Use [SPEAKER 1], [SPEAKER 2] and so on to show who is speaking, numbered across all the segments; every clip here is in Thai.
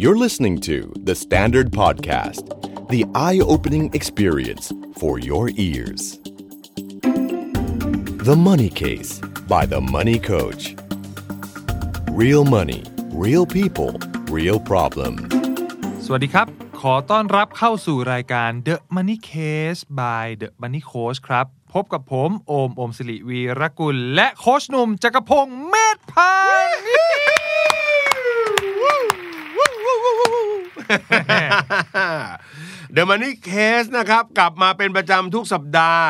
[SPEAKER 1] You're listening to The Standard Podcast, the eye opening experience for your ears. The Money Case by The Money Coach. Real money, real people, real problem.
[SPEAKER 2] สวัสดีครับ ขอต้อนรับเข้าสู่รายการ The Money Case by The Money Coach ครับ พบกับผม โอม โอมสิริวีรกุล และโคชหนุ่มจักรพงษ์เมธพันธ์
[SPEAKER 3] เด e m มันนี่เคสนะครับ กลับมาเป็นประจำทุกสัปดาห์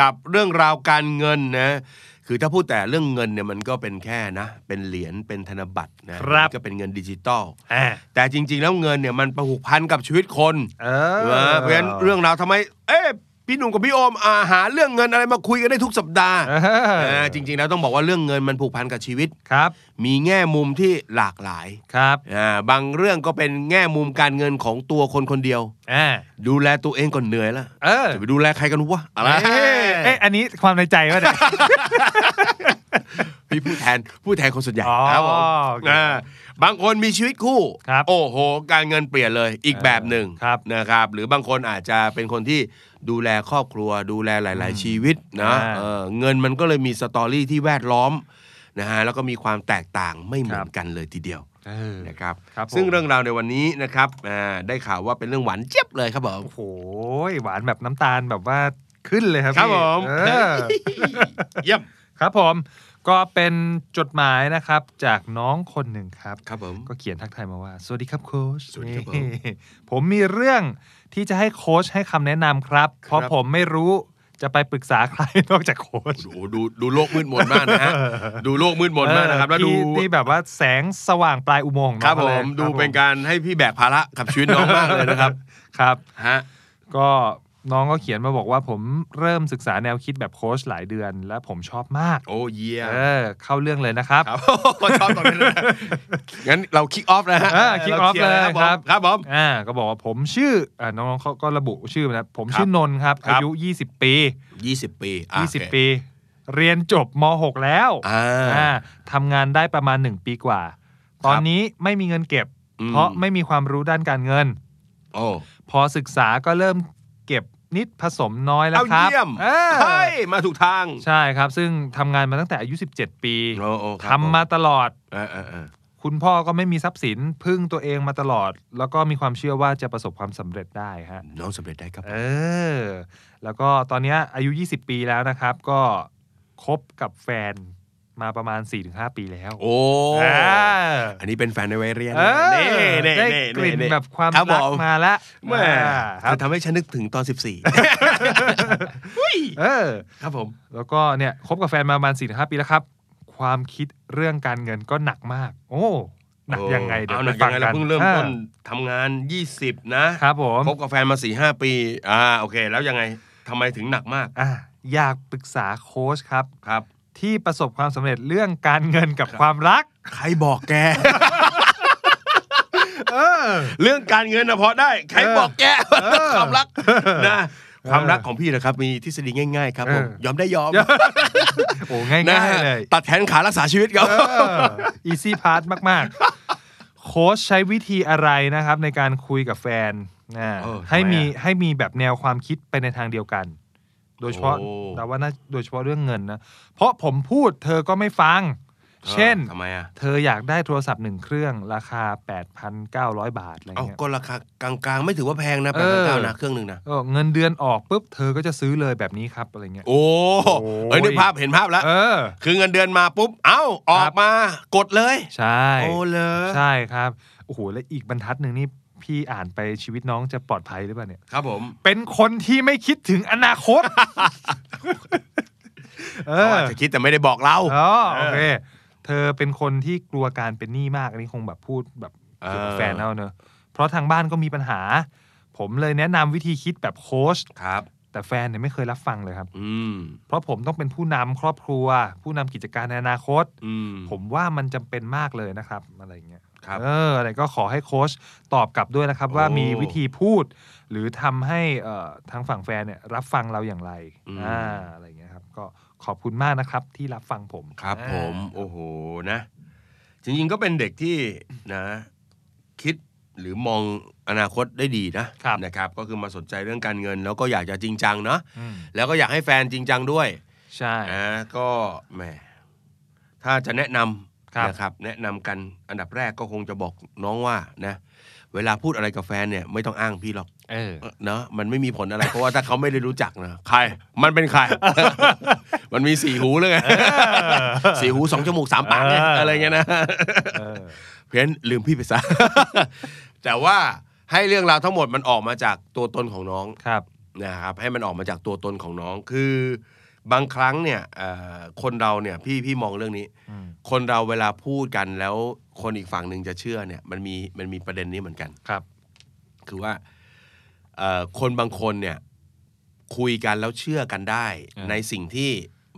[SPEAKER 3] กับเรื่องราวการเงินนะคือถ้าพูดแต่เรื่องเงินเนี่ยมันก็เป็นแค่นะ เป็นเหรียญเป็นธนบัตรนะครับ มันก็เป็นเงินดิจิตอล
[SPEAKER 2] อ่ะ
[SPEAKER 3] แต่จริง ๆ แล้วเงินเนี่ยมันประหุพันกับชีวิตคน
[SPEAKER 2] เอ
[SPEAKER 3] เออเพราะฉะนั้นเรื่องราวทำไม เอ๊ะพี่หนุ่มกับพี่โอมอาหาเรื่องเงินอะไรมาคุยกันได้ทุกสัปดาห์
[SPEAKER 2] เอ
[SPEAKER 3] เอ
[SPEAKER 2] อ
[SPEAKER 3] อจริง ๆ แล้วต้องบอกว่าเรื่องเงินมันผูกพันกับชีวิต
[SPEAKER 2] ครับ
[SPEAKER 3] มีแง่มุมที่หลากหลาย
[SPEAKER 2] ครับ
[SPEAKER 3] อ่าบางเรื่องก็เป็นแง่มุมการเงินของตัวคนคนเดียว
[SPEAKER 2] อ่ะ
[SPEAKER 3] ดูแลตัวเองก่อนเหนื่อยละ
[SPEAKER 2] เออ
[SPEAKER 3] จะไปดูแลใครกันวะอะไร
[SPEAKER 2] เอ๊ะอันนี้ความในใจวะเนี่ย
[SPEAKER 3] พี่ผู้แทนผู้แทนคนส่วนใหญ่
[SPEAKER 2] อ๋อ
[SPEAKER 3] ครับผม
[SPEAKER 2] โอเค
[SPEAKER 3] อ่าบางคนมีชีวิตคู่
[SPEAKER 2] ครับ
[SPEAKER 3] โอ้โห การเงินเปลี่ยนเลยอีกแบบหนึ่ง
[SPEAKER 2] ครับ
[SPEAKER 3] นะครับ หรือบางคนอาจจะเป็นคนที่ดูแลครอบครัว ดูแลหลาย ๆ ชีวิตนะ
[SPEAKER 2] อ่า
[SPEAKER 3] เออเงินมันก็เลยมีสตอรี่ที่แวดล้อมนะฮะแล้วก็มีความแตกต่างไม่เหมื
[SPEAKER 2] ครั
[SPEAKER 3] อบ นกันเลยทีเดียว
[SPEAKER 2] เออ
[SPEAKER 3] นะครับ
[SPEAKER 2] ครับผม
[SPEAKER 3] ซึ่งเรื่องราวในวันนี้นะครับอ่าได้ข่าวว่าเป็นเรื่องหวานเจี๊ยบเลยครับผม
[SPEAKER 2] โอ้โหหวานแบบน้ำตาลแบบว่าขึ้นเลยครับ
[SPEAKER 3] ครับ
[SPEAKER 2] พี่
[SPEAKER 3] ผม
[SPEAKER 2] เออ
[SPEAKER 3] เยี่ยม
[SPEAKER 2] ครับผมก็เป็นจดหมายนะครับจากน้องคนหนึ่งครับ
[SPEAKER 3] ครับผม
[SPEAKER 2] ก็เขียนทักทายมาว่า สวัสดีครับโค้ช
[SPEAKER 3] สวัสดีครับผม
[SPEAKER 2] นี่ ผมมีเรื่องที่จะให้โค้ชให้คำแนะนำครับ
[SPEAKER 3] ครับ
[SPEAKER 2] เพราะผมไม่รู้จะไปปรึกษาใคร นอกจากโค้ช
[SPEAKER 3] โอ้โหดูดูโลกมืดมนมากนะ ฮะ ดูโลกมืดมนมากนะครับ แล้วดู
[SPEAKER 2] ที่ที่แบบว่าแสงสว่างปลายอุโมงค์ของ
[SPEAKER 3] ค
[SPEAKER 2] น้
[SPEAKER 3] รั
[SPEAKER 2] อบ งเขา
[SPEAKER 3] ผ
[SPEAKER 2] เลย
[SPEAKER 3] มดูเป็นการให้พี่แบกภาระกับชีวิตน้องมากเลยนะครับ
[SPEAKER 2] ครับ
[SPEAKER 3] ฮะ
[SPEAKER 2] ก็น้องก็เขียนมาบอกว่าผมเริ่มศึกษาแนวคิดแบบโค้ชหลายเดือน และผมชอบมาก
[SPEAKER 3] โอ้เยี่ยม
[SPEAKER 2] เออเข้าเรื่องเลยนะครับ
[SPEAKER 3] ครับ ชอบตรงนี้ เลยงั้นเราคิกออฟนะฮะ
[SPEAKER 2] อ่า kick off
[SPEAKER 3] าคร์
[SPEAKER 2] เลยครับ
[SPEAKER 3] ครับผม
[SPEAKER 2] อ่าก็บอกว่าผมชื่ออ่าน้องๆเขาก็ระบุชื่อมานะผม
[SPEAKER 3] ครับ
[SPEAKER 2] ชื่อนนท์ครับ
[SPEAKER 3] ค
[SPEAKER 2] อา
[SPEAKER 3] รับ
[SPEAKER 2] ยุ 20 ปี
[SPEAKER 3] ยี่สิบปีอ่ะ
[SPEAKER 2] 20
[SPEAKER 3] โอเค
[SPEAKER 2] ปี เรียนจบม .6 แล้ว
[SPEAKER 3] อ่า
[SPEAKER 2] อ่าทำงานได้ประมาณ 1 ปีกว่า ตอนนี้ไม่มีเงินเก็บ
[SPEAKER 3] อืม
[SPEAKER 2] เพราะไม่มีความรู้ด้านการเงิน
[SPEAKER 3] โอ้
[SPEAKER 2] พอศึกษาก็เริ่มเก็บนิดผสมน้อยแล้ว
[SPEAKER 3] เอา
[SPEAKER 2] ครับ
[SPEAKER 3] เยี่ยม
[SPEAKER 2] เออ
[SPEAKER 3] เฮ้ยมาถูกทาง
[SPEAKER 2] ใช่ครับ ซึ่งทำงานมาตั้งแต่อายุ 17 ปี
[SPEAKER 3] โอ้โอ้ครับ
[SPEAKER 2] ทำมาตลอด
[SPEAKER 3] เออเออเออ
[SPEAKER 2] คุณพ่อก็ไม่มีทรัพย์สินพึ่งตัวเองมาตลอด แล้วก็มีความเชื่อว่าจะประสบความสำเร็จได้ฮะ
[SPEAKER 3] น้องสำเร็จได้ครับ
[SPEAKER 2] เออ แล้วก็ตอนเนี้ยอายุ 20 ปีแล้วนะครับ ก็คบกับแฟนมาประมาณ 4-5 ปีแล้ว
[SPEAKER 3] โอ้
[SPEAKER 2] อ่า
[SPEAKER 3] อันนี้เป็นแฟนในวัยเรียน
[SPEAKER 2] เอ
[SPEAKER 3] นะ
[SPEAKER 2] อ
[SPEAKER 3] นี่นี่
[SPEAKER 2] ได้
[SPEAKER 3] นี่
[SPEAKER 2] กลิ่น
[SPEAKER 3] นี่
[SPEAKER 2] แบบความ
[SPEAKER 3] รับ
[SPEAKER 2] รัก
[SPEAKER 3] ผ
[SPEAKER 2] มาละ
[SPEAKER 3] แม่
[SPEAKER 2] อ่าครับ
[SPEAKER 3] จะทำให้ฉันนึกถึงตอน 14
[SPEAKER 2] เออ
[SPEAKER 3] ครับผม
[SPEAKER 2] แล้วก็เนี่ยคบกับแฟนมาประมาณ 4-5 ปีแล้วครับ ความคิดเรื่องการเงินก็หนักมาก โอ้หนักยังไงเดี๋ย
[SPEAKER 3] เอา
[SPEAKER 2] ว
[SPEAKER 3] ห
[SPEAKER 2] ไป
[SPEAKER 3] นัก
[SPEAKER 2] ฟั
[SPEAKER 3] ยัง ง
[SPEAKER 2] กั
[SPEAKER 3] ไงเรา
[SPEAKER 2] น
[SPEAKER 3] เพิ่งเริ่มต้น
[SPEAKER 2] อ่า
[SPEAKER 3] ทำงาน 20 นะครับ
[SPEAKER 2] ผม
[SPEAKER 3] คบกับแฟนมา 4-5 ปี อ่าโอเค แล้วยังไงทำไมถึงหนักมาก
[SPEAKER 2] อ่ะอยากปรึกษาโค้ชครับ
[SPEAKER 3] ครับ
[SPEAKER 2] ที่ประสบความสำเร็จเรื่องการเงินกับความรัก
[SPEAKER 3] ใครบอกแก
[SPEAKER 2] เออ
[SPEAKER 3] เรื่องการเงินนะพอได้ ใครบอกแก
[SPEAKER 2] เออ
[SPEAKER 3] ความรักนะ
[SPEAKER 2] ออ
[SPEAKER 3] ความรักของพี่นะครับ มีทฤษฎีง่าย ๆ ครับผม
[SPEAKER 2] เออ
[SPEAKER 3] ยอมได้ยอม
[SPEAKER 2] โอ้ง่าย
[SPEAKER 3] นะ
[SPEAKER 2] ง่ายๆเลย
[SPEAKER 3] ตัดแขนขารักษาชีวิตครับ
[SPEAKER 2] อีซี่พาร์ทมาก ๆ โค้ชใช้วิธีอะไรนะครับ ในการคุยกับแฟนนะ
[SPEAKER 3] เออทำไมอ่ะ
[SPEAKER 2] ให้มีให้มีแบบแนวความคิดไปในทางเดียวกัน โดยเฉพาะ
[SPEAKER 3] โอ้
[SPEAKER 2] เราว่าน่าโดยเฉพาะเรื่องเงินนะ เพราะผมพูดเธอก็ไม่ฟัง เช่น
[SPEAKER 3] ทำไมอ่ะ
[SPEAKER 2] เธออยากได้โทรศัพท์หนึ่งเครื่องราคา 8,900 บาทอะไร
[SPEAKER 3] เอา
[SPEAKER 2] เงี้ย
[SPEAKER 3] ก็ราคากลางๆ ไม่ถือว่าแพงนะแป
[SPEAKER 2] เอ
[SPEAKER 3] ดพัน
[SPEAKER 2] อ
[SPEAKER 3] เก้านะเครื่องหนึ่งนะ
[SPEAKER 2] เออเงินเดือนออกปุ๊บเธอก็จะซื้อเลยแบบนี้ครับอะไรเงี้ย
[SPEAKER 3] โอ้
[SPEAKER 2] โอ้ย
[SPEAKER 3] เอ้ยนึกภาพเห็นภาพแล้ว
[SPEAKER 2] เออ
[SPEAKER 3] คือเงินเดือนมาปุ๊บ เอ้า ออกมากดเลย
[SPEAKER 2] ใช่
[SPEAKER 3] โอ้เลย
[SPEAKER 2] ใช่ครับ โอ้โห และอีกบรรทัดหนึ่งนี่พี่อ่านไปชีวิตน้องจะปลอดภัยหรือเปล่าเนี่ย
[SPEAKER 3] ครับผม
[SPEAKER 2] เป็นคนที่ไม่คิดถึงอนาคต เอ
[SPEAKER 3] เขา
[SPEAKER 2] อ
[SPEAKER 3] อาจจะคิดแต่ไม่ได้บอกเรา
[SPEAKER 2] อ๋อโอเค เธอเป็นคนที่กลัวการเป็นหนี้มาก อันนี้คงแบบพูดแบบเกี่ยวกับ
[SPEAKER 3] เออ
[SPEAKER 2] แฟนเอาเนอะเพราะทางบ้านก็มีปัญหา ผมเลยแนะนำวิธีคิดแบบโค้ช
[SPEAKER 3] ครับ
[SPEAKER 2] แต่แฟนเนี่ยไม่เคยรับฟังเลยครับ
[SPEAKER 3] อืม
[SPEAKER 2] เพราะผมต้องเป็นผู้นำครอบครัว ผู้นำกิจการในอนาคต
[SPEAKER 3] อืม
[SPEAKER 2] ผมว่ามันจำเป็นมากเลยนะครับ อะไรอย่างเงี้ย
[SPEAKER 3] ครับ
[SPEAKER 2] เอออะไรก็ขอให้โค้ชตอบกลับด้วยนะครับ
[SPEAKER 3] โอ้
[SPEAKER 2] ว่ามีวิธีพูด หรือทำให้เอ่อทางฝั่งแฟนเนี่ยรับฟังเราอย่างไร
[SPEAKER 3] อืม
[SPEAKER 2] อ่าอะไรอย่างเงี้ยครับ ก็ขอบคุณมากนะครับที่รับฟังผม
[SPEAKER 3] ครับ
[SPEAKER 2] อ่า
[SPEAKER 3] ผม โอ้โหนะ จริงๆก็เป็นเด็กที่นะ คิด หรือมองอนาคตได้ดีนะครับ นะครับ ก็คือมาสนใจเรื่องการเงิน แล้วก็อยากจะจริงจังเนาะ
[SPEAKER 2] อืม
[SPEAKER 3] แล้วก็อยากให้แฟนจริงจังด้วย
[SPEAKER 2] ใช่
[SPEAKER 3] นะก็แหมถ้าจะแนะน
[SPEAKER 2] ครับ
[SPEAKER 3] ำนะครับ แนะนำกันอันดับแรกก็คงจะบอกน้องว่านะเวลาพูดอะไรกับแฟนเนี่ยไม่ต้องอ้างพี่หรอก
[SPEAKER 2] เออ
[SPEAKER 3] เนอะมันไม่มีผลอะไร เพราะว่าถ้าเขาไม่ได้รู้จักนะใคร มันเป็นใคร มันมีสี่หูเลยไงสี่หูสองจมูกสามปากไง
[SPEAKER 2] เอออ
[SPEAKER 3] อะไรเงี้ยนะ
[SPEAKER 2] เออ
[SPEAKER 3] เพราะฉะนั้นลืมพี่ไปซะ แต่ว่าให้เรื่องราวทั้งหมดมันออกมาจากตัวตนของน้อง
[SPEAKER 2] ครับ
[SPEAKER 3] นะครับ ให้มันออกมาจากตัวตนของน้อง คือบางครั้งเนี่ยเอ่อคนเราเนี่ยพี่พี่มองเรื่องนี้
[SPEAKER 2] อืม
[SPEAKER 3] คนเราเวลาพูดกันแล้วคนอีกฝั่งหนึ่งจะเชื่อเนี่ยมันมีมันมีประเด็นนี้เหมือนกัน
[SPEAKER 2] ครับ
[SPEAKER 3] คือว่าเอ่อคนบางคนเนี่ยคุยกันแล้วเชื่อกันได้
[SPEAKER 2] เออ
[SPEAKER 3] ในสิ่งที่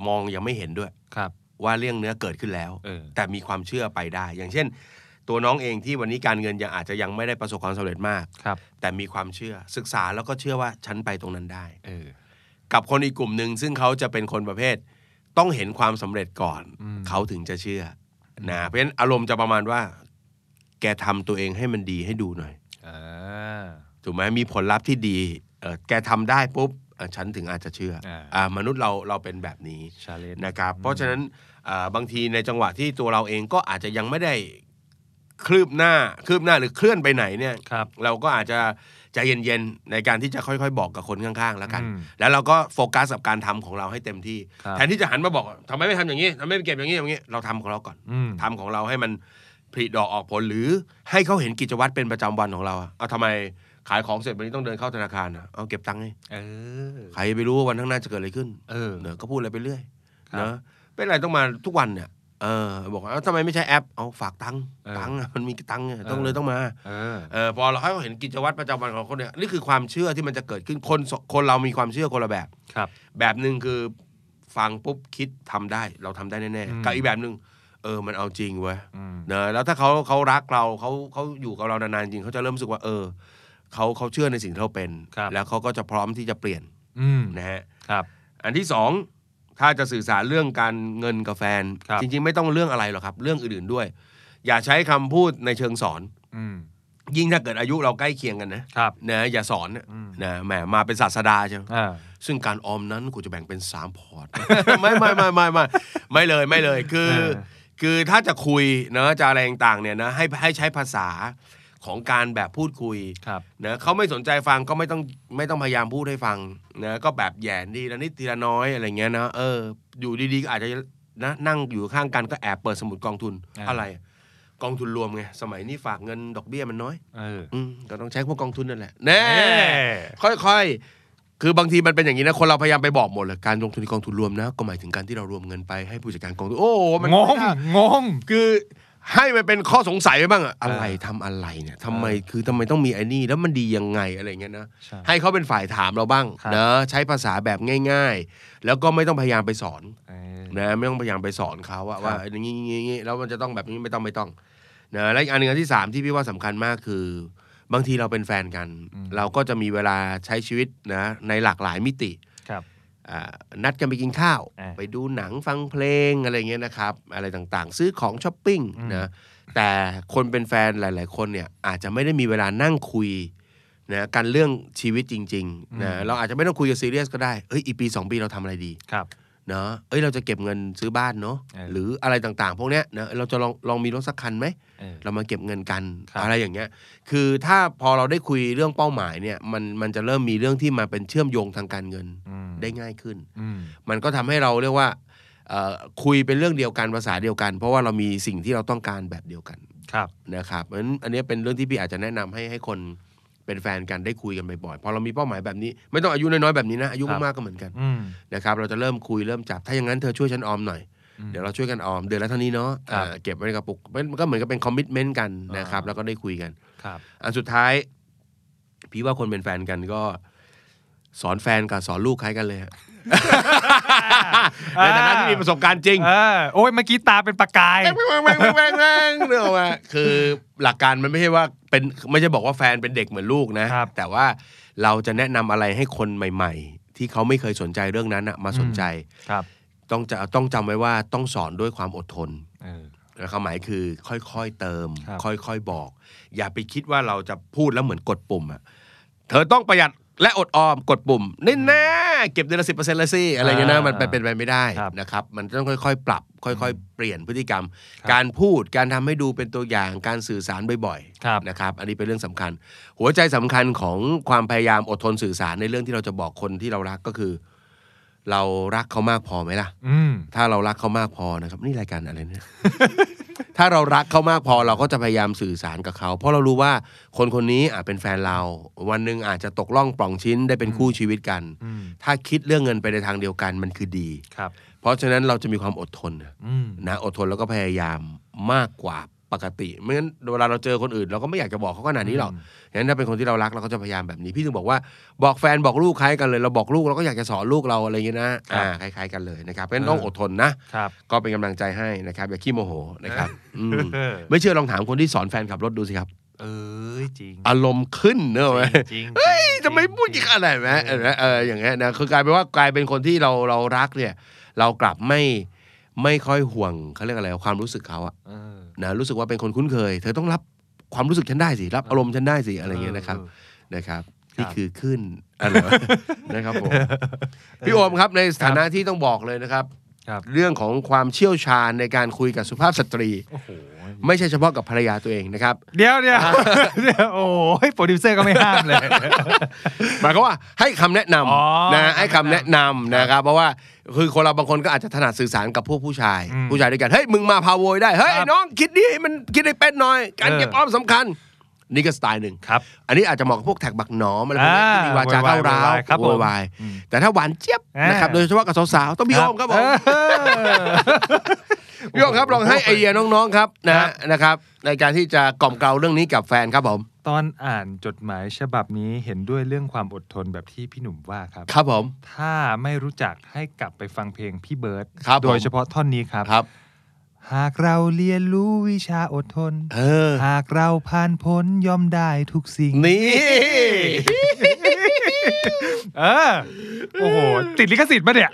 [SPEAKER 3] มองยังไม่เห็นด้วย
[SPEAKER 2] ครับ
[SPEAKER 3] ว่าเรื่องเนื้อเกิดขึ้นแล้ว
[SPEAKER 2] เออ
[SPEAKER 3] แต่มีความเชื่อไปได้ อย่างเช่น ตัวน้องเองที่วันนี้การเงินยังอาจจะยังไม่ได้ประสบความสำเร็จมาก
[SPEAKER 2] ครับ
[SPEAKER 3] แต่มีความเชื่อศึกษาแล้วก็เชื่อว่าฉันไปตรงนั้นได้
[SPEAKER 2] เออ
[SPEAKER 3] กับคนอีกกลุ่มหนึ่งซึ่งเขาจะเป็นคนประเภท ต้องเห็นความสำเร็จก่อน
[SPEAKER 2] อืม
[SPEAKER 3] เขาถึงจะเชื่ออนะเพราะฉะนั้นอารมณ์จะประมาณว่า แกทำตัวเองให้มันดีให้ดูหน่อย
[SPEAKER 2] อ่า
[SPEAKER 3] ถูกไหมมีผลลัพธ์ที่ดีเอ่อแกทำได้ปุ๊บเอ่อฉันถึงอาจจะเชื่อ
[SPEAKER 2] อ่า
[SPEAKER 3] อามนุษย์เราเราเป็นแบบนี้
[SPEAKER 2] ชาเลน
[SPEAKER 3] นะครับ เพราะฉะนั้นเอ่อบางทีในจังหวะที่ตัวเราเองก็อาจจะยังไม่ได้คืบหน้าคืบหน้าหรือเคลื่อนไปไหนเนี่ย
[SPEAKER 2] ครับ
[SPEAKER 3] เราก็อาจจะใจเย็นๆในการที่จะค่อยๆ บอกกับคนข้างๆแล้วกัน
[SPEAKER 2] อืม
[SPEAKER 3] แล้วเราก็โฟกัสกับการทำของเราให้เต็มที่
[SPEAKER 2] ครับ
[SPEAKER 3] แทนที่จะหันมาบอกทำไมไม่ทำอย่างนี้ทำไมไม่เก็บอย่างนี้อย่างนี้เราทำของเราก่อน
[SPEAKER 2] อืม
[SPEAKER 3] ทำของเราให้มันผลิดอกออกผลหรือให้เขาเห็นกิจวัตรเป็นประจำวันของเราอะเอาทำไมขายของเสร็จวันนี้ต้องเดินเข้าธนาคารอะเอาเก็บตังค์ไง
[SPEAKER 2] เออ
[SPEAKER 3] ใครจะไปรู้ว่าวันข้างหน้าจะเกิดอะไรขึ้น
[SPEAKER 2] เออ
[SPEAKER 3] เนอะก็พูดอะไรไปเรื่อย
[SPEAKER 2] ครับ
[SPEAKER 3] เนอะเป็นอะไรต้องมาทุกวันเนี่ยเออบอกว่าเอ้าทำไมไม่ใช่แอปเอาฝากตังค์
[SPEAKER 2] เออ
[SPEAKER 3] ตังค์อะมันมีตังค์อะต้อง
[SPEAKER 2] เออ
[SPEAKER 3] เลยต้องมา
[SPEAKER 2] เออ
[SPEAKER 3] เออพอเราให้เขาเห็นกิจวัตรประจำวันของคนเนี่ยนี่คือความเชื่อที่มันจะเกิดขึ้นคนสคนเรามีความเชื่อคนละแบบ
[SPEAKER 2] ครับ
[SPEAKER 3] แบบหนึ่งคือฟังปุ๊บคิดทำได้เราทำได้แน่
[SPEAKER 2] อืม
[SPEAKER 3] ๆกับอีกแบบหนึ่งเออมันเอาจริงเว้ย
[SPEAKER 2] อืม
[SPEAKER 3] นะแล้วถ้าเขาเขารักเราเขาเขาอยู่กับเรานานๆจริงเขาจะเริ่มรู้สึกว่าเออเขาเขาเชื่อในสิ่งที่เราเป็น
[SPEAKER 2] ครับ
[SPEAKER 3] แล้วเขาก็จะพร้อมที่จะเปลี่ยน
[SPEAKER 2] อืม
[SPEAKER 3] นะฮะ
[SPEAKER 2] ครับ
[SPEAKER 3] อันที่สองถ้าจะสื่อสารเรื่องการเงินกับแฟน
[SPEAKER 2] ครับ
[SPEAKER 3] จริงๆ ไม่ต้องเรื่องอะไรหรอกครับ เรื่องอื่นๆด้วย อย่าใช้คำพูดในเชิงสอน
[SPEAKER 2] อืม
[SPEAKER 3] ยิ่งถ้าเกิดอายุเราใกล้เคียงกันนะครับ นะอย่าสอนนะ
[SPEAKER 2] อืม
[SPEAKER 3] นะแหมมาเป็นศาสดาใช่ไหม
[SPEAKER 2] อ่า
[SPEAKER 3] ซึ่งการออมนั้นกูจะแบ่งเป็น 3 พอร์ต ไม่ไม่ไม่ไม่ไม่ไม่เลยไม่เลยคือ
[SPEAKER 2] เออ
[SPEAKER 3] คือถ้าจะคุยเนอะจะอะไรต่างๆเนี่ยนะให้ให้ใช้ภาษาของการแบบพูดคุย
[SPEAKER 2] ครับ
[SPEAKER 3] นะเขาไม่สนใจฟังก็ไม่ต้องไม่ต้องพยายามพูดให้ฟังนะก็แบบแหย่ดีละนิดทีละน้อยอะไรเงี้ยนะเออ อยู่ดีๆก็อาจจะนะนั่งอยู่ข้างกันก็แอบเปิดสมุดกองทุน
[SPEAKER 2] อ่า
[SPEAKER 3] อะไร กองทุนรวมไงสมัยนี้ฝากเงินดอกเบี้ยมันน้อย
[SPEAKER 2] เออ
[SPEAKER 3] อืมก็ต้องใช้พวกกองทุนนั่นแหละแน่
[SPEAKER 2] เอ้ย
[SPEAKER 3] ค่อยๆ คือบางทีมันเป็นอย่างนี้นะ คนเราพยายามไปบอกหมดเลย การลงทุนในกองทุนรวมนะ ก็หมายถึงการที่เรารวมเงินไปให้ผู้จัดการกองทุน โอ้โหมัน
[SPEAKER 2] งง งง
[SPEAKER 3] คือให้มันเป็นข้อสงสัยไปบ้างอะอะไร
[SPEAKER 2] เออ
[SPEAKER 3] ทำอะไรเนี่ยทำไมคือทำไมต้องมีไอ้นี่ แล้วมันดียังไงอะไรเงี้ยนะ
[SPEAKER 2] ใช่
[SPEAKER 3] ให้เขาเป็นฝ่ายถามเราบ้าง
[SPEAKER 2] ครับ
[SPEAKER 3] นะใช้ภาษาแบบง่าย ๆ แล้วก็ไม่ต้องพยายามไปสอน
[SPEAKER 2] เออ
[SPEAKER 3] นะไม่ต้องพยายามไปสอนเขา
[SPEAKER 2] ค
[SPEAKER 3] ว่า
[SPEAKER 2] รับ
[SPEAKER 3] ว่าอย่างนี้อย่างนี้แล้วมันจะต้องแบบนี้ไม่ต้องไม่ต้องนะและอีกอันหนึ่งอันที่สามที่พี่ว่าสำคัญมากคือ บางทีเราเป็นแฟนกัน เราก็จะมีเวลาใช้ชีวิตนะในหลากหลายมิติ
[SPEAKER 2] ครับ
[SPEAKER 3] อ่านัดกันไปกินข้าว
[SPEAKER 2] อ่า
[SPEAKER 3] ไปดูหนังฟังเพลงอะไรเงี้ยนะครับ อะไรต่างๆ ซื้อของช้อปปิ้ง
[SPEAKER 2] อืม
[SPEAKER 3] นะแต่คนเป็นแฟนหลาย ๆ คนเนี่ยอาจจะไม่ได้มีเวลานั่งคุยนะกันเรื่องชีวิตจริงๆนะเราอาจจะไม่ต้องคุยกันซีเรียสก็ได้เอ้ยอีกปีสองปีเราทำอะไรดี
[SPEAKER 2] ครับ
[SPEAKER 3] เนาะเอ้ย เราจะเก็บเงินซื้อบ้านเนาะ
[SPEAKER 2] เออ
[SPEAKER 3] หรืออะไรต่างๆ พวกเนี้ยนะ เราจะลองลองมีรถสักคันไหม
[SPEAKER 2] เออ
[SPEAKER 3] เรามาเก็บเงินกัน
[SPEAKER 2] ครับ
[SPEAKER 3] อะไรอย่างเงี้ย คือถ้าพอเราได้คุยเรื่องเป้าหมายเนี่ย มันมันจะเริ่มมีเรื่องที่มาเป็นเชื่อมโยงทางการเงิน
[SPEAKER 2] อืม
[SPEAKER 3] ได้ง่ายขึ้น
[SPEAKER 2] อืม
[SPEAKER 3] มันก็ทำให้เราเรียกว่าเอ่อคุยเป็นเรื่องเดียวกันภาษาเดียวกัน เพราะว่าเรามีสิ่งที่เราต้องการแบบเดียวกัน
[SPEAKER 2] ครับ
[SPEAKER 3] นะครับเพราะฉะนั้นอันเนี้ยเป็นเรื่องที่พี่อาจจะแนะนำให้ให้คนเป็นแฟนกันได้คุยกันบ่อยๆ พอเรามีเป้าหมายแบบนี้ ไม่ต้องอายุน้อยๆแบบนี้นะ อายุ
[SPEAKER 2] ครั
[SPEAKER 3] มาก
[SPEAKER 2] บ
[SPEAKER 3] ๆก็เหมือนกัน
[SPEAKER 2] อืม
[SPEAKER 3] นะครับเราจะเริ่มคุยเริ่มจับ ถ้าอย่างนั้นเธอช่วยฉันออมหน่อย
[SPEAKER 2] อืม
[SPEAKER 3] เดี๋ยวเราช่วยกันออมเดือนละเท่านี้เนาะ
[SPEAKER 2] ครับ
[SPEAKER 3] อ่าเก็บไว้ในกระปุกมันมันก็เหมือนกับเป็นคอมมิชเมนต์กันนะครับแล้วก็ได้คุยกัน
[SPEAKER 2] ครับ
[SPEAKER 3] อันสุดท้าย พี่ว่าคนเป็นแฟนกันก็ สอนแฟนกับสอนลูกคล้ายกันเลยฮะ ในฐานะที่มีประสบการณ์จริง
[SPEAKER 2] เออ โอ้ย เมื่อกี้ตาเป็นประกาย
[SPEAKER 3] แม่งแม่งแม่งแม่งแม่งแม่งเนกออกปะคือหลักการมันไม่ใช่ว่าเป็นไม่ใช่บอกว่าแฟนเป็นเด็กเหมือนลูกนะ
[SPEAKER 2] ครับ
[SPEAKER 3] แต่ว่าเราจะแนะนำอะไรให้คนใหม่ ๆ ที่เขาไม่เคยสนใจเรื่องนั้นน่ะมาสนใจ
[SPEAKER 2] ครับ
[SPEAKER 3] ต้องจะต้องจำไว้ว่าต้องสอนด้วยความอดทน
[SPEAKER 2] เออ
[SPEAKER 3] นะความหมายคือค่อยๆเติม
[SPEAKER 2] ครับ
[SPEAKER 3] ค่อยๆบอก อย่าไปคิดว่าเราจะพูดแล้วเหมือนกดปุ่มอะเธอต้องประหยัดและอดออมกดปุ่มนี่แน่เก็บเดือนละสิบเปอร์เซ็นต์ละสิอะไรเงี้ยนะมันเป็นเป็นไปไม่ได้
[SPEAKER 2] ครับ
[SPEAKER 3] นะครับ มันต้องค่อยๆ ปรับ ค่อยๆ เปลี่ยนพฤติกรรม
[SPEAKER 2] ครับ
[SPEAKER 3] การพูดการทำให้ดูเป็นตัวอย่างการสื่อสารบ่อยๆ
[SPEAKER 2] ครับ
[SPEAKER 3] นะครับ อันนี้เป็นเรื่องสำคัญ หัวใจสำคัญของความพยายามอดทนสื่อสารในเรื่องที่เราจะบอกคนที่เรารักก็คือ เรารักเขามากพอไหมล่ะ
[SPEAKER 2] อืม
[SPEAKER 3] ถ้าเรารักเขามากพอนะครับ นี่รายการอะไรเนี่ย ถ้าเรารักเขามากพอเราก็จะพยายามสื่อสารกับเขา เพราะเรารู้ว่าคนคนนี้อาจเป็นแฟนเรา วันหนึ่งอาจจะตกล่องปล่องชิ้นได้เป็นคู่ชีวิตกัน
[SPEAKER 2] อืม
[SPEAKER 3] ถ้าคิดเรื่องเงินไปในทางเดียวกันมันคือดี
[SPEAKER 2] ครับ
[SPEAKER 3] เพราะฉะนั้นเราจะมีความอดทนนะ
[SPEAKER 2] อืม
[SPEAKER 3] นะอดทนแล้วก็พยายามมากกว่าปกติไม่งั้นเวลาเราเจอคนอื่น เราก็ไม่อยากจะบอกเขาขนาดนี้หรอก
[SPEAKER 2] อืม
[SPEAKER 3] งั้นถ้าเป็นคนที่เรารักเราก็จะพยายามแบบนี้ พี่ถึงบอกว่าบอกแฟนบอกลูกคล้ายกันเลย เราบอกลูกเราก็อยากจะสอนลูกเราอะไรอย่างเงี้ยนะอ่าคล้ายๆกันเลยนะครับเพราะฉะนั้นต้องอดทนนะ
[SPEAKER 2] ครับ
[SPEAKER 3] ก็เป็นกำลังใจให้นะครับ อย่าขี้โมโหนะครับอืม
[SPEAKER 2] เออ
[SPEAKER 3] ไม่เชื่อลองถามคนที่สอนแฟนขับรถดูสิครับ
[SPEAKER 2] เอ้ยจริง
[SPEAKER 3] อารมณ์ขึ้นเนอะไหม
[SPEAKER 2] จริงๆ
[SPEAKER 3] เฮ้ย
[SPEAKER 2] งๆ
[SPEAKER 3] จะไม่พูดอีกอะไรไหมเออนะเอออย่างเงี้ยนะคือกลายเป็นว่ากลายเป็นคนที่เราเรารักเนี่ย เรากลับไม่ไม่ค่อยห่วงเขาเรียกอะไรความรู้สึกเขาอะ
[SPEAKER 2] เออ
[SPEAKER 3] นะรู้สึกว่าเป็นคนคุ้นเคย เธอต้องรับความรู้สึกฉันได้สิรับอารมณ์ฉันได้สิอะไรเงี้ยนะครับ
[SPEAKER 2] ออ
[SPEAKER 3] นะครับ
[SPEAKER 2] ครับ
[SPEAKER 3] นี่คือขึ้นอะไรวะ นะครับ ผมพี่โอมครับในสถานะที่ต้องบอกเลยนะครับ
[SPEAKER 2] ครับ
[SPEAKER 3] เรื่องของความเชี่ยวชาญในการคุยกับสุภาพสตรี
[SPEAKER 2] โอ้โห
[SPEAKER 3] ไม่ใช่เฉพาะกับภรรยาตัวเองนะครับ
[SPEAKER 2] เดี๋ยวเดี๋ยวเดี๋ยวโอ้ยโปรดิวเซอร์ก็ไม่ห้ามเลย
[SPEAKER 3] หมายความว่าให้คำแนะน
[SPEAKER 2] อ๋อ
[SPEAKER 3] ำนะให้คำแนะนำนะครับ เพราะว่าคือคนเราบางคนก็อาจจะถนัดสื่อสารกับพวกผู้ชาย
[SPEAKER 2] อืม
[SPEAKER 3] ผู้ชายด้วยกันเฮ้ยมึงมาพาโวยได้เฮ้ย
[SPEAKER 2] ครับ
[SPEAKER 3] น้องคิดดีให้มันคิดให้เป็นหน่อย การ
[SPEAKER 2] เออ
[SPEAKER 3] เก็บออมสำคัญ นี่ก็สไตล์หนึ่ง
[SPEAKER 2] ครับ
[SPEAKER 3] อันนี้อาจจะเหมาะกับพวกแท็กบักหนอมอะไรพวกนี้ที่มีวาจาเข้าร้า
[SPEAKER 2] โวย
[SPEAKER 3] ว
[SPEAKER 2] วายครับผม
[SPEAKER 3] โวยวาย
[SPEAKER 2] อืม
[SPEAKER 3] แต่ถ้าหวานเจี๊ยบนะครับ
[SPEAKER 2] อ่า
[SPEAKER 3] โดยเฉพาะกับสาวๆต้องพี่โอมครับผม
[SPEAKER 2] เออ
[SPEAKER 3] พี่โอมครับลองให้ไอเดียน้องๆครับนะครับ นะครับ ในการที่จะกล่อมเกลาเรื่องนี้กับแฟนครับผม
[SPEAKER 2] ตอนอ่านจดหมายฉบับนี้เห็นด้วยเรื่องความอดทนแบบที่พี่หนุ่มว่าครับ
[SPEAKER 3] ครับผม
[SPEAKER 2] ถ้าไม่รู้จักให้กลับไปฟังเพลงพี่เบิร์ด
[SPEAKER 3] ครับผม
[SPEAKER 2] โดยเฉพาะท่อนนี้ครับ
[SPEAKER 3] ครับ
[SPEAKER 2] หากเราเรียนรู้วิชาอดทน
[SPEAKER 3] เออ
[SPEAKER 2] หากเราผ่านพ้นย่อมได้ทุกสิ่ง
[SPEAKER 3] นี่
[SPEAKER 2] เออ โอ้โห ติดลิขสิทธิ์ปะเนี่ย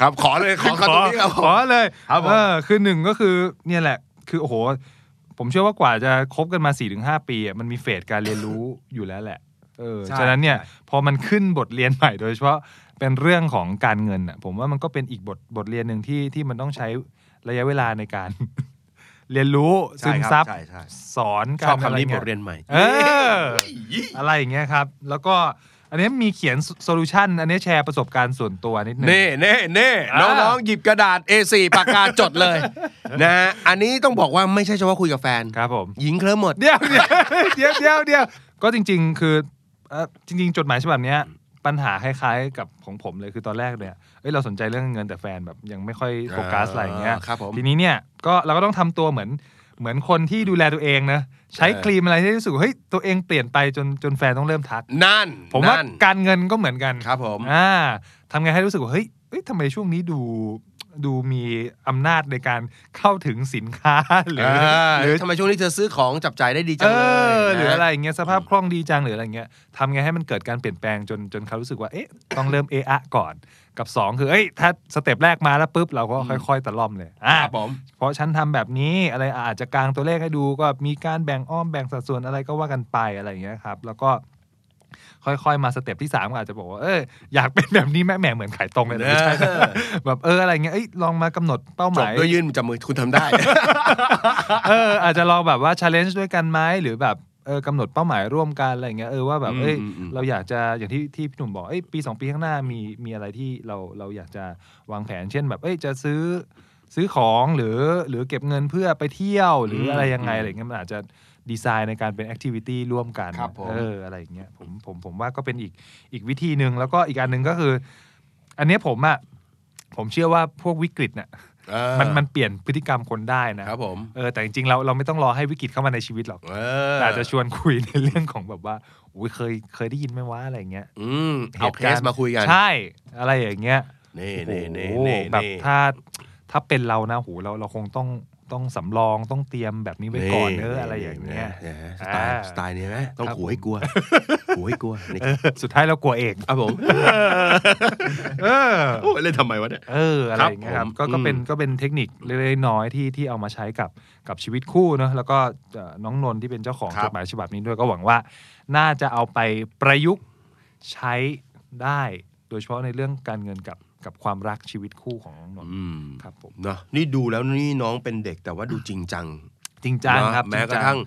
[SPEAKER 3] ครับขอเลยขอคำตรงนี้ครับ
[SPEAKER 2] ข
[SPEAKER 3] ผ
[SPEAKER 2] อ
[SPEAKER 3] ม
[SPEAKER 2] ขอเลย
[SPEAKER 3] ครับผม
[SPEAKER 2] เออคือหนึ่งก็คือเนี่ยแหละ คือโอ้โห ผมเชื่อว่ากว่าจะคบกันมา4ี่ถึงหปีอ่ะมันมีเฟสการเรียนรู้ อยู่แล้วแหละเออ
[SPEAKER 3] ใช่
[SPEAKER 2] ฉะนั้นเนี่ย
[SPEAKER 3] ใช่
[SPEAKER 2] พอมันขึ้นบทเรียนใหม่โดยเฉพาะเป็นเรื่องของการเงินอ่ะผมว่ามันก็เป็นอีกบทบทเรียนหนึ่งที่ที่มันต้องใช้ระยะเวลาในการ เรียนรู้ซึมซับ
[SPEAKER 3] ใช่ใช่
[SPEAKER 2] สอนกา
[SPEAKER 3] ช
[SPEAKER 2] ร
[SPEAKER 3] อบคำนี้
[SPEAKER 2] ะ
[SPEAKER 3] บ
[SPEAKER 2] ไงี้
[SPEAKER 3] ทเรียนใหม่
[SPEAKER 2] เออ อะไรอย่างเงี้ยครับ แล้วก็อันนี้มีเขียนโซลูชันอันนี้แชร์ประสบการณ์ส่วนตัวนิดนึง
[SPEAKER 3] เน่เน่เน่
[SPEAKER 2] อ่า
[SPEAKER 3] น้องๆหยิบกระดาษ A4 ปากกาจดเลย นะฮะอันนี้ต้องบอกว่าไม่ใช่เฉพาะคุยกับแฟน
[SPEAKER 2] ครับผม
[SPEAKER 3] หญิงเคลิ้มหมด
[SPEAKER 2] เดี๋ยว เดี๋ยวเดี๋ยวเดี๋ยวเดี๋ยวก็จริง ๆ คือเอ่อจริง ๆ จดหมายฉบับเนี้ย ปัญหาคล้ายๆ กับของผมเลยคือตอนแรกเนี่ยเอ้ยเราสนใจเรื่องเงินแต่แฟนแบบยังไม่ค่อยโฟกัสอะไรอย่างเงี้ย
[SPEAKER 3] อ่าครับผม
[SPEAKER 2] ทีนี้เนี่ยก็เราก็ต้องทำตัวเหมือนเหมือนคนที่ดูแลตัวเองนะใช้
[SPEAKER 3] เออ
[SPEAKER 2] ครีมอะไรที่รู้สึกว่าเฮ้ยตัวเองเปลี่ยนไปจนจนแฟนต้องเริ่มทัก
[SPEAKER 3] นั่น
[SPEAKER 2] ผมว่า
[SPEAKER 3] นั่น
[SPEAKER 2] การเงินก็เหมือนกัน
[SPEAKER 3] ครับผม
[SPEAKER 2] อ่าทำไงให้รู้สึกว่าเฮ้ยเอ้ยทำไมช่วงนี้ดูดูมีอำนาจในการเข้าถึงสินค้าหรือ
[SPEAKER 3] อา
[SPEAKER 2] หรือ
[SPEAKER 3] ทำไมช่วงนี้เธอซื้อของจับจ่ายได้ดีจั
[SPEAKER 2] เอง
[SPEAKER 3] เลย
[SPEAKER 2] อหรืออะไร
[SPEAKER 3] นะ
[SPEAKER 2] อย่างเงี้ยสภาพคล่องดีจังหรืออะไรเงี้ยทำไงให้มันเกิดการเปลี่ยนแปลงจนจนเขารู้สึกว่าเอ๊ะต้องเริ่มเอะอะก่อนกับ 2 คือเอ้ยถ้าสเต็ปแรกมาแล้วปุ๊บเราก็ค่อยๆตะล่อมเลยอ่า
[SPEAKER 3] ครับผม
[SPEAKER 2] เพราะฉันทำแบบนี้อะไรอ่ะอาจจะกลางตัวเลขให้ดูก็มีการแบ่งอ้อมแบ่งสัดส่วนอะไรก็ว่ากันไปอะไรอย่างเงี้ยครับ แล้วก็ค่อยๆมาสเต็ปที่3ก็อาจจะบอกว่าเอออยากเป็นแบบนี้แม่แหมเหมือนขายตรงเลยนะไม่ใช่
[SPEAKER 3] เออ
[SPEAKER 2] แบบเอออะไรเงี้ยเอ้ยลองมากำหนดเป้าห
[SPEAKER 3] จ
[SPEAKER 2] มา
[SPEAKER 3] บ
[SPEAKER 2] ย
[SPEAKER 3] ด้วยยื่นจับมือคุณทำได้
[SPEAKER 2] เอออาจจะลองแบบว่าช l เลนจ์ด้วยกันไหมหรือแบบเออกำหนดเป้าหมายร่วมกันอะไรอย่างเงี้ยเออว่าแบบ
[SPEAKER 3] อืม
[SPEAKER 2] เอ้ย
[SPEAKER 3] อืมอืม
[SPEAKER 2] เราอยากจะอย่างที่ที่พี่หนุ่มบอกเอ้ยปีสองปีข้างหน้ามีมีอะไรที่เราเราอยากจะวางแผน เช่นแบบเอ้ยจะซื้อซื้อของหรือหรือเก็บเงินเพื่อไปเที่ยวหรืออะไรยังไงอะไรเงี้ยมันอาจจะดีไซน์ในการเป็นแอคทิวิตี้ร่วมกัน
[SPEAKER 3] ครับผม
[SPEAKER 2] เอออะไรอย่างเงี้ยผมผมผมว่าก็เป็นอีกอีกวิธีหนึ่งแล้วก็อีกอันหนึ่งก็คือ อันเนี้ยผมอะผมเชื่อว่าพวกวิกฤตเนี่ย
[SPEAKER 3] เออ
[SPEAKER 2] มันมันเปลี่ยนพฤติกรรมคนได้นะ
[SPEAKER 3] ครับผม
[SPEAKER 2] เออแต่จริงๆเราเราไม่ต้องรอให้วิกฤตเข้ามาในชีวิตหรอก
[SPEAKER 3] เออ
[SPEAKER 2] แต่อาจจะชวนคุยในเรื่องของแบบว่าอุ้ยเคยเคยได้ยินไหมว่าอะไรเงี้ย
[SPEAKER 3] อืมเอา
[SPEAKER 2] หตุ
[SPEAKER 3] เค
[SPEAKER 2] กร
[SPEAKER 3] ส
[SPEAKER 2] ณ์
[SPEAKER 3] มาคุยกัน
[SPEAKER 2] ใช่อะไรอย่างเงี้ย
[SPEAKER 3] นี่
[SPEAKER 2] โอ้โห
[SPEAKER 3] นี่นี่นี่
[SPEAKER 2] แบบ
[SPEAKER 3] นี่
[SPEAKER 2] ถ้าถ้าเป็นเรานะโหเราเราคงต้อง ต้องสำรองต้องเตรียมแบบนี้ไว้ก่อนเนอะอะไรอย่างเงี้ย
[SPEAKER 3] นี่นะสไตล์
[SPEAKER 2] อ่า
[SPEAKER 3] สไตล์นี้ไหมต้อง
[SPEAKER 2] ครับ
[SPEAKER 3] ขู่ให้กลัวขู่ให้กลัวนี่
[SPEAKER 2] เออสุดท้ายเรากลัวเอง
[SPEAKER 3] ครับผม
[SPEAKER 2] เออ
[SPEAKER 3] โอ้ยเล่นทำไมวะเนี่ย
[SPEAKER 2] เอออะไรอย่างเงี้ยครับ
[SPEAKER 3] ครั
[SPEAKER 2] ก็
[SPEAKER 3] บผม
[SPEAKER 2] ก็เป็น
[SPEAKER 3] อืม
[SPEAKER 2] ก็เป็นเทคนิคเล็กๆน้อยๆที่ที่เอามาใช้กับกับชีวิตคู่เนอะแล้วก็เอ่อน้องนนท์ที่เป็นเจ้าของจดหมายฉบับนี้ด้วยก็หวังว่า น่าจะเอาไปประยุกต์ใช้ได้ โดยเฉพาะในเรื่องการเงินกับกับความรักชีวิตคู่ของน้องนนท์
[SPEAKER 3] อืม
[SPEAKER 2] ครับผม
[SPEAKER 3] เนาะนี่ดูแล้วนี่น้องเป็นเด็กแต่ว่าดูจริงจัง
[SPEAKER 2] จริงจัง
[SPEAKER 3] นะครับ แม้ก
[SPEAKER 2] จ
[SPEAKER 3] ระ
[SPEAKER 2] จั
[SPEAKER 3] ทั่ง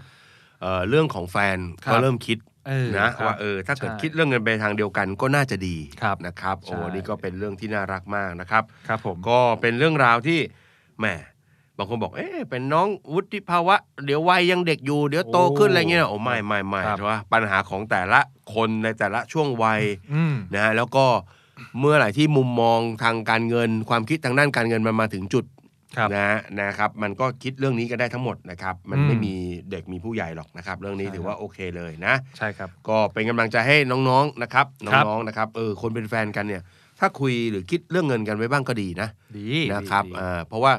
[SPEAKER 3] เอ่อเรื่องของแฟน
[SPEAKER 2] ครับ
[SPEAKER 3] ก็เริ่มคิด
[SPEAKER 2] เออ
[SPEAKER 3] นะครับ ว่าเออถ้าเกิด
[SPEAKER 2] ใช่
[SPEAKER 3] คิดเรื่องเงินไปทางเดียวกันก็น่าจะดี
[SPEAKER 2] ครับ
[SPEAKER 3] นะครับโอ้
[SPEAKER 2] ใช่
[SPEAKER 3] นี่ก็เป็นเรื่องที่น่ารักมากนะครับ
[SPEAKER 2] ครับผม
[SPEAKER 3] ก็เป็นเรื่องราวที่แหมบางคนบอกเอ๊ะเป็นน้องวุฒิภาวะ เดี๋ยววัยยังเด็กอยู่ เดี๋ยวโตขึ้นอะไรเงี้ยโอ้ไม่ไม่ไม่ใช่ปะปัญหาของแต่ละคนในแต่ละช่วงวัย
[SPEAKER 2] อืม
[SPEAKER 3] นะฮะแล้วก็เมื่อไหร่ที่มุมมองทางการเงิน ความคิดทางด้านการเงินมันมาถึงจุด
[SPEAKER 2] ครับ
[SPEAKER 3] นะฮะนะครับ มันก็คิดเรื่องนี้กันได้ทั้งหมดนะครับ มันไม่
[SPEAKER 2] อืม
[SPEAKER 3] มีเด็กมีผู้ใหญ่หรอกนะครับ เรื่องนี้
[SPEAKER 2] ใช่
[SPEAKER 3] ถือ
[SPEAKER 2] ครับ
[SPEAKER 3] ว่าโอเคเลยนะ
[SPEAKER 2] ใช่ครับ
[SPEAKER 3] ก็เป็นกำลังใจให้น้องๆนะครับ
[SPEAKER 2] ครับ
[SPEAKER 3] น้องๆนะครับเออคนเป็นแฟนกันเนี่ย ถ้าคุยหรือคิดเรื่องเงินกันไว้บ้างก็ดีนะ
[SPEAKER 2] ดี
[SPEAKER 3] นะครับ
[SPEAKER 2] ดี
[SPEAKER 3] อ่าเพราะว่า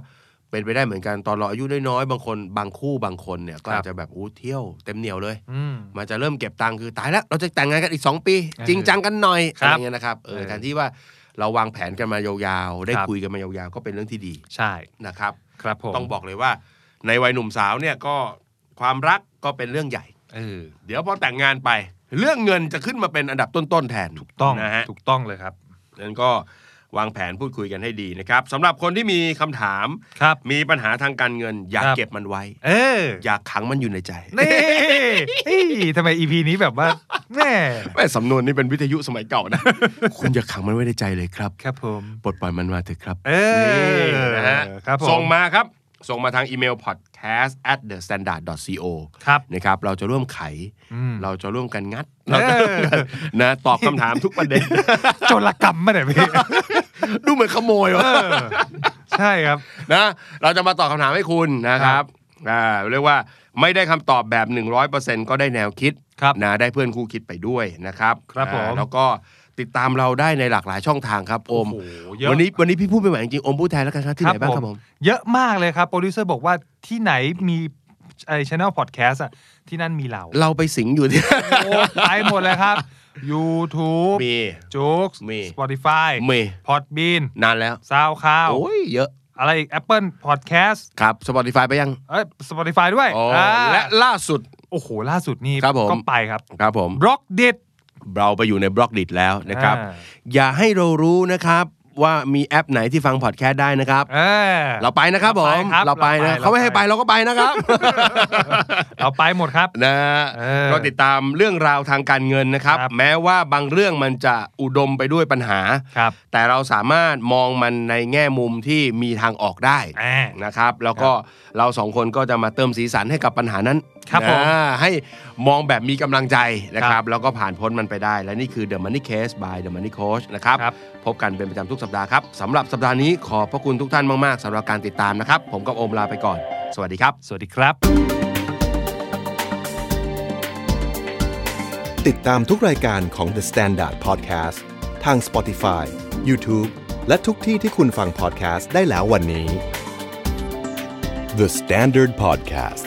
[SPEAKER 3] เป็นไปได้เหมือนกันตอนเราอายุน้อยๆบางคนบางคู่บางคนเนี่ยก็
[SPEAKER 2] ครับ
[SPEAKER 3] อาจจะแบบอู้เที่ยวเต็มเหนียวเลย
[SPEAKER 2] อืม
[SPEAKER 3] มันจะเริ่มเก็บตังค์คือตายแล้วเราจะแต่งงานกันอีก 2 ปี
[SPEAKER 2] เออ
[SPEAKER 3] จริงจังกันหน่อย
[SPEAKER 2] ครับ
[SPEAKER 3] อะไรเงี้ยนะครับเออ
[SPEAKER 2] เออ
[SPEAKER 3] แทนที่ว่าเราวางแผนกันมายาวๆ ได้
[SPEAKER 2] ครับ
[SPEAKER 3] คุยกันมายาวๆ ก็เป็นเรื่องที่ดี
[SPEAKER 2] ใช่
[SPEAKER 3] นะครับ
[SPEAKER 2] ครับผม
[SPEAKER 3] ต้องบอกเลยว่า ในวัยหนุ่มสาวเนี่ยก็ความรักก็เป็นเรื่องใหญ่
[SPEAKER 2] เออ
[SPEAKER 3] เดี๋ยวพอแต่งงานไป เรื่องเงินจะขึ้นมาเป็นอันดับต้นๆแทนถูก
[SPEAKER 2] ต้อง
[SPEAKER 3] นะฮะ
[SPEAKER 2] ถูกต้องเลยครับ
[SPEAKER 3] นั้นก็วางแผนพูดคุยกันให้ดีนะครับสำหรับคนที่มีคำถาม
[SPEAKER 2] ครับ
[SPEAKER 3] มีปัญหาทางการเงิน อย่า
[SPEAKER 2] ครับ
[SPEAKER 3] เก็บมันไว้
[SPEAKER 2] เออ
[SPEAKER 3] อย่าขังมันอยู่ในใจ
[SPEAKER 2] นี่เอ้ยทำไมอีพีนี้แบบว่าแม่
[SPEAKER 3] แม่สำนวนนี่เป็นวิทยุสมัยเก่านะ คุณอย่าขังมันไว้ในใจเลยครับ
[SPEAKER 2] ครับผม
[SPEAKER 3] ปลดปล่อยมันมาเถอะครับ
[SPEAKER 2] เออ
[SPEAKER 3] นี่นะฮะ
[SPEAKER 2] ครับผม
[SPEAKER 3] ส่งมาครับ ส่งมาทางอีเมล podcast at the standard co
[SPEAKER 2] ครับ
[SPEAKER 3] นะครับเราจะร่วมไข
[SPEAKER 2] อืม
[SPEAKER 3] เราจะร่วมกันงัด
[SPEAKER 2] เออ
[SPEAKER 3] เราจะร่วมกันนะตอบคำถามทุกป ระเด็น
[SPEAKER 2] โจรกรรมมาเนี่ยพี่
[SPEAKER 3] ดูเหมือนขโมยวะ
[SPEAKER 2] เออใช่ครับ
[SPEAKER 3] นะเราจะมาตอบคำถามให้คุณนะครับอ่าเรียกว่าไม่ได้คำตอบแบบ 100%ก็ได้แนวคิด
[SPEAKER 2] ครับ
[SPEAKER 3] นะได้เพื่อนคู่คิดไปด้วยนะครับ
[SPEAKER 2] ครับผม
[SPEAKER 3] อ่าแล้วก็ติดตามเราได้ในหลากหลายช่องทางครับโอม
[SPEAKER 2] โอ้โหเยอะ
[SPEAKER 3] วันนี้วันนี้พี่พูดไปไหวจริงๆโอมพูดแทนแล้วกันครับที่ไหนบ้างครับผม
[SPEAKER 2] เยอะมากเลยครับ โปรดิวเซอร์บอกว่าที่ไหนมีไอชแนลพอดแคสต์อะที่นั่นมีเรา
[SPEAKER 3] เราไปสิงอยู่ที่
[SPEAKER 2] โอ้ไปหมดเลยครับ YouTube
[SPEAKER 3] มี
[SPEAKER 2] จู๊ก
[SPEAKER 3] มี
[SPEAKER 2] Spotify
[SPEAKER 3] มี
[SPEAKER 2] Podbean
[SPEAKER 3] นานแล้ว
[SPEAKER 2] ซาวคาว
[SPEAKER 3] โอ้ยเยอะ
[SPEAKER 2] อะไรอีก Apple Podcast
[SPEAKER 3] ครับ Spotify ไปยัง
[SPEAKER 2] เอ้ย Spotify ด้วย
[SPEAKER 3] อ๋อ
[SPEAKER 2] อ่า
[SPEAKER 3] และล่าสุด
[SPEAKER 2] โอ้โห ล่าสุดนี่
[SPEAKER 3] ครับผม
[SPEAKER 2] ก็ไปครับ
[SPEAKER 3] ครับผม
[SPEAKER 2] บล็อกดิ
[SPEAKER 3] เราไปอยู่ในบล็อกดิแล้วนะครับ
[SPEAKER 2] อ่า
[SPEAKER 3] อย่าให้เรารู้นะครับว่ามีแอปไหนที่ฟังพอดแคสต์ได้นะครับ
[SPEAKER 2] เออ
[SPEAKER 3] เราไปนะครับผม
[SPEAKER 2] เรา
[SPEAKER 3] เรา
[SPEAKER 2] ไปค
[SPEAKER 3] ไป
[SPEAKER 2] รับ
[SPEAKER 3] นะ
[SPEAKER 2] เราไป
[SPEAKER 3] เขาไม่ให้ไปเราก็ไปนะครับ
[SPEAKER 2] เราไปหมดครับ
[SPEAKER 3] นะฮะ
[SPEAKER 2] เออ
[SPEAKER 3] ก็ติดตามเรื่องราวทางการเงินนะครับ
[SPEAKER 2] ครับ
[SPEAKER 3] แม้ว่าบางเรื่องมันจะอุดมไปด้วยปัญหา
[SPEAKER 2] ครับ
[SPEAKER 3] แต่เราสามารถมองมันในแง่มุมที่มีทางออกได้
[SPEAKER 2] อ่า
[SPEAKER 3] นะครับ แล้วก็เราสองคนก็จะมาเติมสีสันให้กับปัญหานั้น
[SPEAKER 2] ครับผม
[SPEAKER 3] อ่าให้มองแบบมีกำลังใจนะค
[SPEAKER 2] ครั
[SPEAKER 3] รั
[SPEAKER 2] บบ
[SPEAKER 3] แล้วก็ผ่านพ้นมันไปได้ และนี่คือ The Money Case by The Money Coach นะครับ
[SPEAKER 2] ครับ
[SPEAKER 3] พบกันเป็นประจำทุกสัปดาห์ครับสำหรับสัปดาห์นี้ขอบพระคุณทุกท่านมากๆสำหรับการติดตามนะครับ ผมกับโอมลาไปก่อน สวัสดีครับ
[SPEAKER 2] สวัสดีครับ
[SPEAKER 1] ติดตามทุกรายการของ The Standard Podcast ทาง Spotify, YouTube และทุกที่ที่คุณฟัง podcast ได้แล้ววันนี้ The Standard Podcast